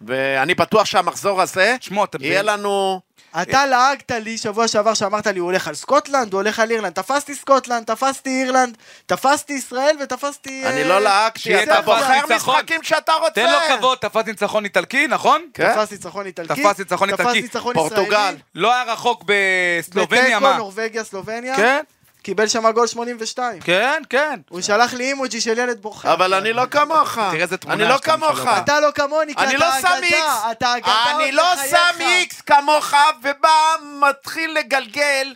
[SPEAKER 4] ואני בטוח שהמחזור הזה,
[SPEAKER 1] שמעו, אתם
[SPEAKER 4] יהיה
[SPEAKER 1] ב-
[SPEAKER 4] לנו...
[SPEAKER 3] אתה לעגת לי שבוע שעבר שאמרת לי הוא הולך על סקוטלנד, הוא הולך על אירלנד, תפסתי סקוטלנד, תפסתי אירלנד, תפסתי ישראל ותפסתי...
[SPEAKER 4] אני
[SPEAKER 3] אה,
[SPEAKER 4] לא לעגתי,
[SPEAKER 1] שיהיה
[SPEAKER 4] אתה
[SPEAKER 1] תפס
[SPEAKER 4] בוחר
[SPEAKER 1] ניצחון.
[SPEAKER 4] משחקים שאתה רוצה.
[SPEAKER 1] תן לו כבוד, תפס ניצחון איטלקי, נכון?
[SPEAKER 4] כן.
[SPEAKER 3] תפס ניצחון איטלקי,
[SPEAKER 1] תפס ניצחון איטלקי.
[SPEAKER 3] תפס ניצחון ישראלי,
[SPEAKER 4] פורטוגל.
[SPEAKER 1] לא היה רחוק בסלובניה,
[SPEAKER 3] ותיקו,
[SPEAKER 1] מה?
[SPEAKER 3] נורבגיה, סלובניה,
[SPEAKER 1] כן,
[SPEAKER 3] קיבל שם גול 82.
[SPEAKER 1] כן, כן.
[SPEAKER 3] הוא שלח לי אימוג'י של ילד בוכה.
[SPEAKER 4] אבל אני לא כמוך.
[SPEAKER 1] תראה איזה תמונה
[SPEAKER 4] אני לא
[SPEAKER 1] שאתה משלב.
[SPEAKER 4] כמוך.
[SPEAKER 3] אתה לא כמוני, כי
[SPEAKER 4] אני לא
[SPEAKER 3] אתה
[SPEAKER 4] שם
[SPEAKER 3] אגדה,
[SPEAKER 4] איקס.
[SPEAKER 3] אתה אגדה עוד
[SPEAKER 4] אני לא
[SPEAKER 3] בחייך.
[SPEAKER 4] שם איקס כמוך, ובא, מתחיל לגלגל.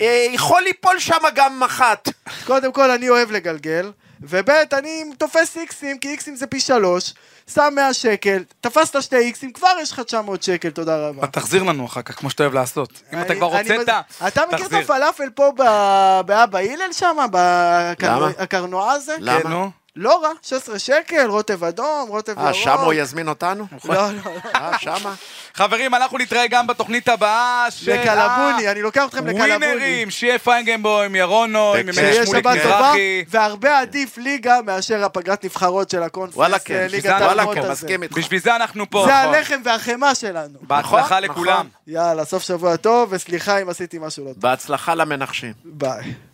[SPEAKER 4] אה, יכול ליפול שם גם מח"ט.
[SPEAKER 3] קודם כל, אני אוהב לגלגל, וב' אני תופס איקסים, כי איקסים זה פי שלוש, שם 100 שקל, תפסת שתי איקסים, כבר יש לך 900 שקל, תודה רבה.
[SPEAKER 1] אבל תחזיר לנו אחר כך, כמו שאתה אוהב לעשות. אם אתה
[SPEAKER 3] אני-
[SPEAKER 1] כבר
[SPEAKER 3] אני
[SPEAKER 1] הוצאת,
[SPEAKER 3] מז- אתה מכיר את
[SPEAKER 1] תחזיר.
[SPEAKER 3] הפלאפל פה ב- באבא הלל שם? בקרנוע הזה?
[SPEAKER 4] למה?
[SPEAKER 1] כן, נו.
[SPEAKER 3] לא רע, 16 שקל, רוטב אדום, רוטב ירוק.
[SPEAKER 4] אה, שמה הוא יזמין אותנו?
[SPEAKER 3] לא, לא, לא.
[SPEAKER 4] אה, שמה?
[SPEAKER 1] חברים, אנחנו נתראה גם בתוכנית הבאה של...
[SPEAKER 3] לקלבוני, אני לוקח אתכם לקלבוני.
[SPEAKER 1] אה, ווינרים, שיהיה פיינגנבוים, ירונוי,
[SPEAKER 4] תקשיב.
[SPEAKER 3] שיהיה
[SPEAKER 1] ממש שמוליק
[SPEAKER 3] שבת טובה,
[SPEAKER 1] מזרחי.
[SPEAKER 3] והרבה עדיף ליגה מאשר הפגרת נבחרות של הקונפרנס.
[SPEAKER 4] וואלה כן,
[SPEAKER 3] ליגת
[SPEAKER 1] וואלה
[SPEAKER 3] האלומות
[SPEAKER 1] כן,
[SPEAKER 3] הזה.
[SPEAKER 4] מסכים איתך.
[SPEAKER 1] בשביל זה אנחנו פה.
[SPEAKER 3] זה
[SPEAKER 1] נכון.
[SPEAKER 3] הלחם והחמאה שלנו.
[SPEAKER 1] בהצלחה
[SPEAKER 4] נכון,
[SPEAKER 1] לכולם.
[SPEAKER 4] נכון.
[SPEAKER 3] יאללה, סוף שבוע טוב, וסליחה אם עשיתי משהו לא טוב.
[SPEAKER 4] בהצלחה למנחשים.
[SPEAKER 3] ביי.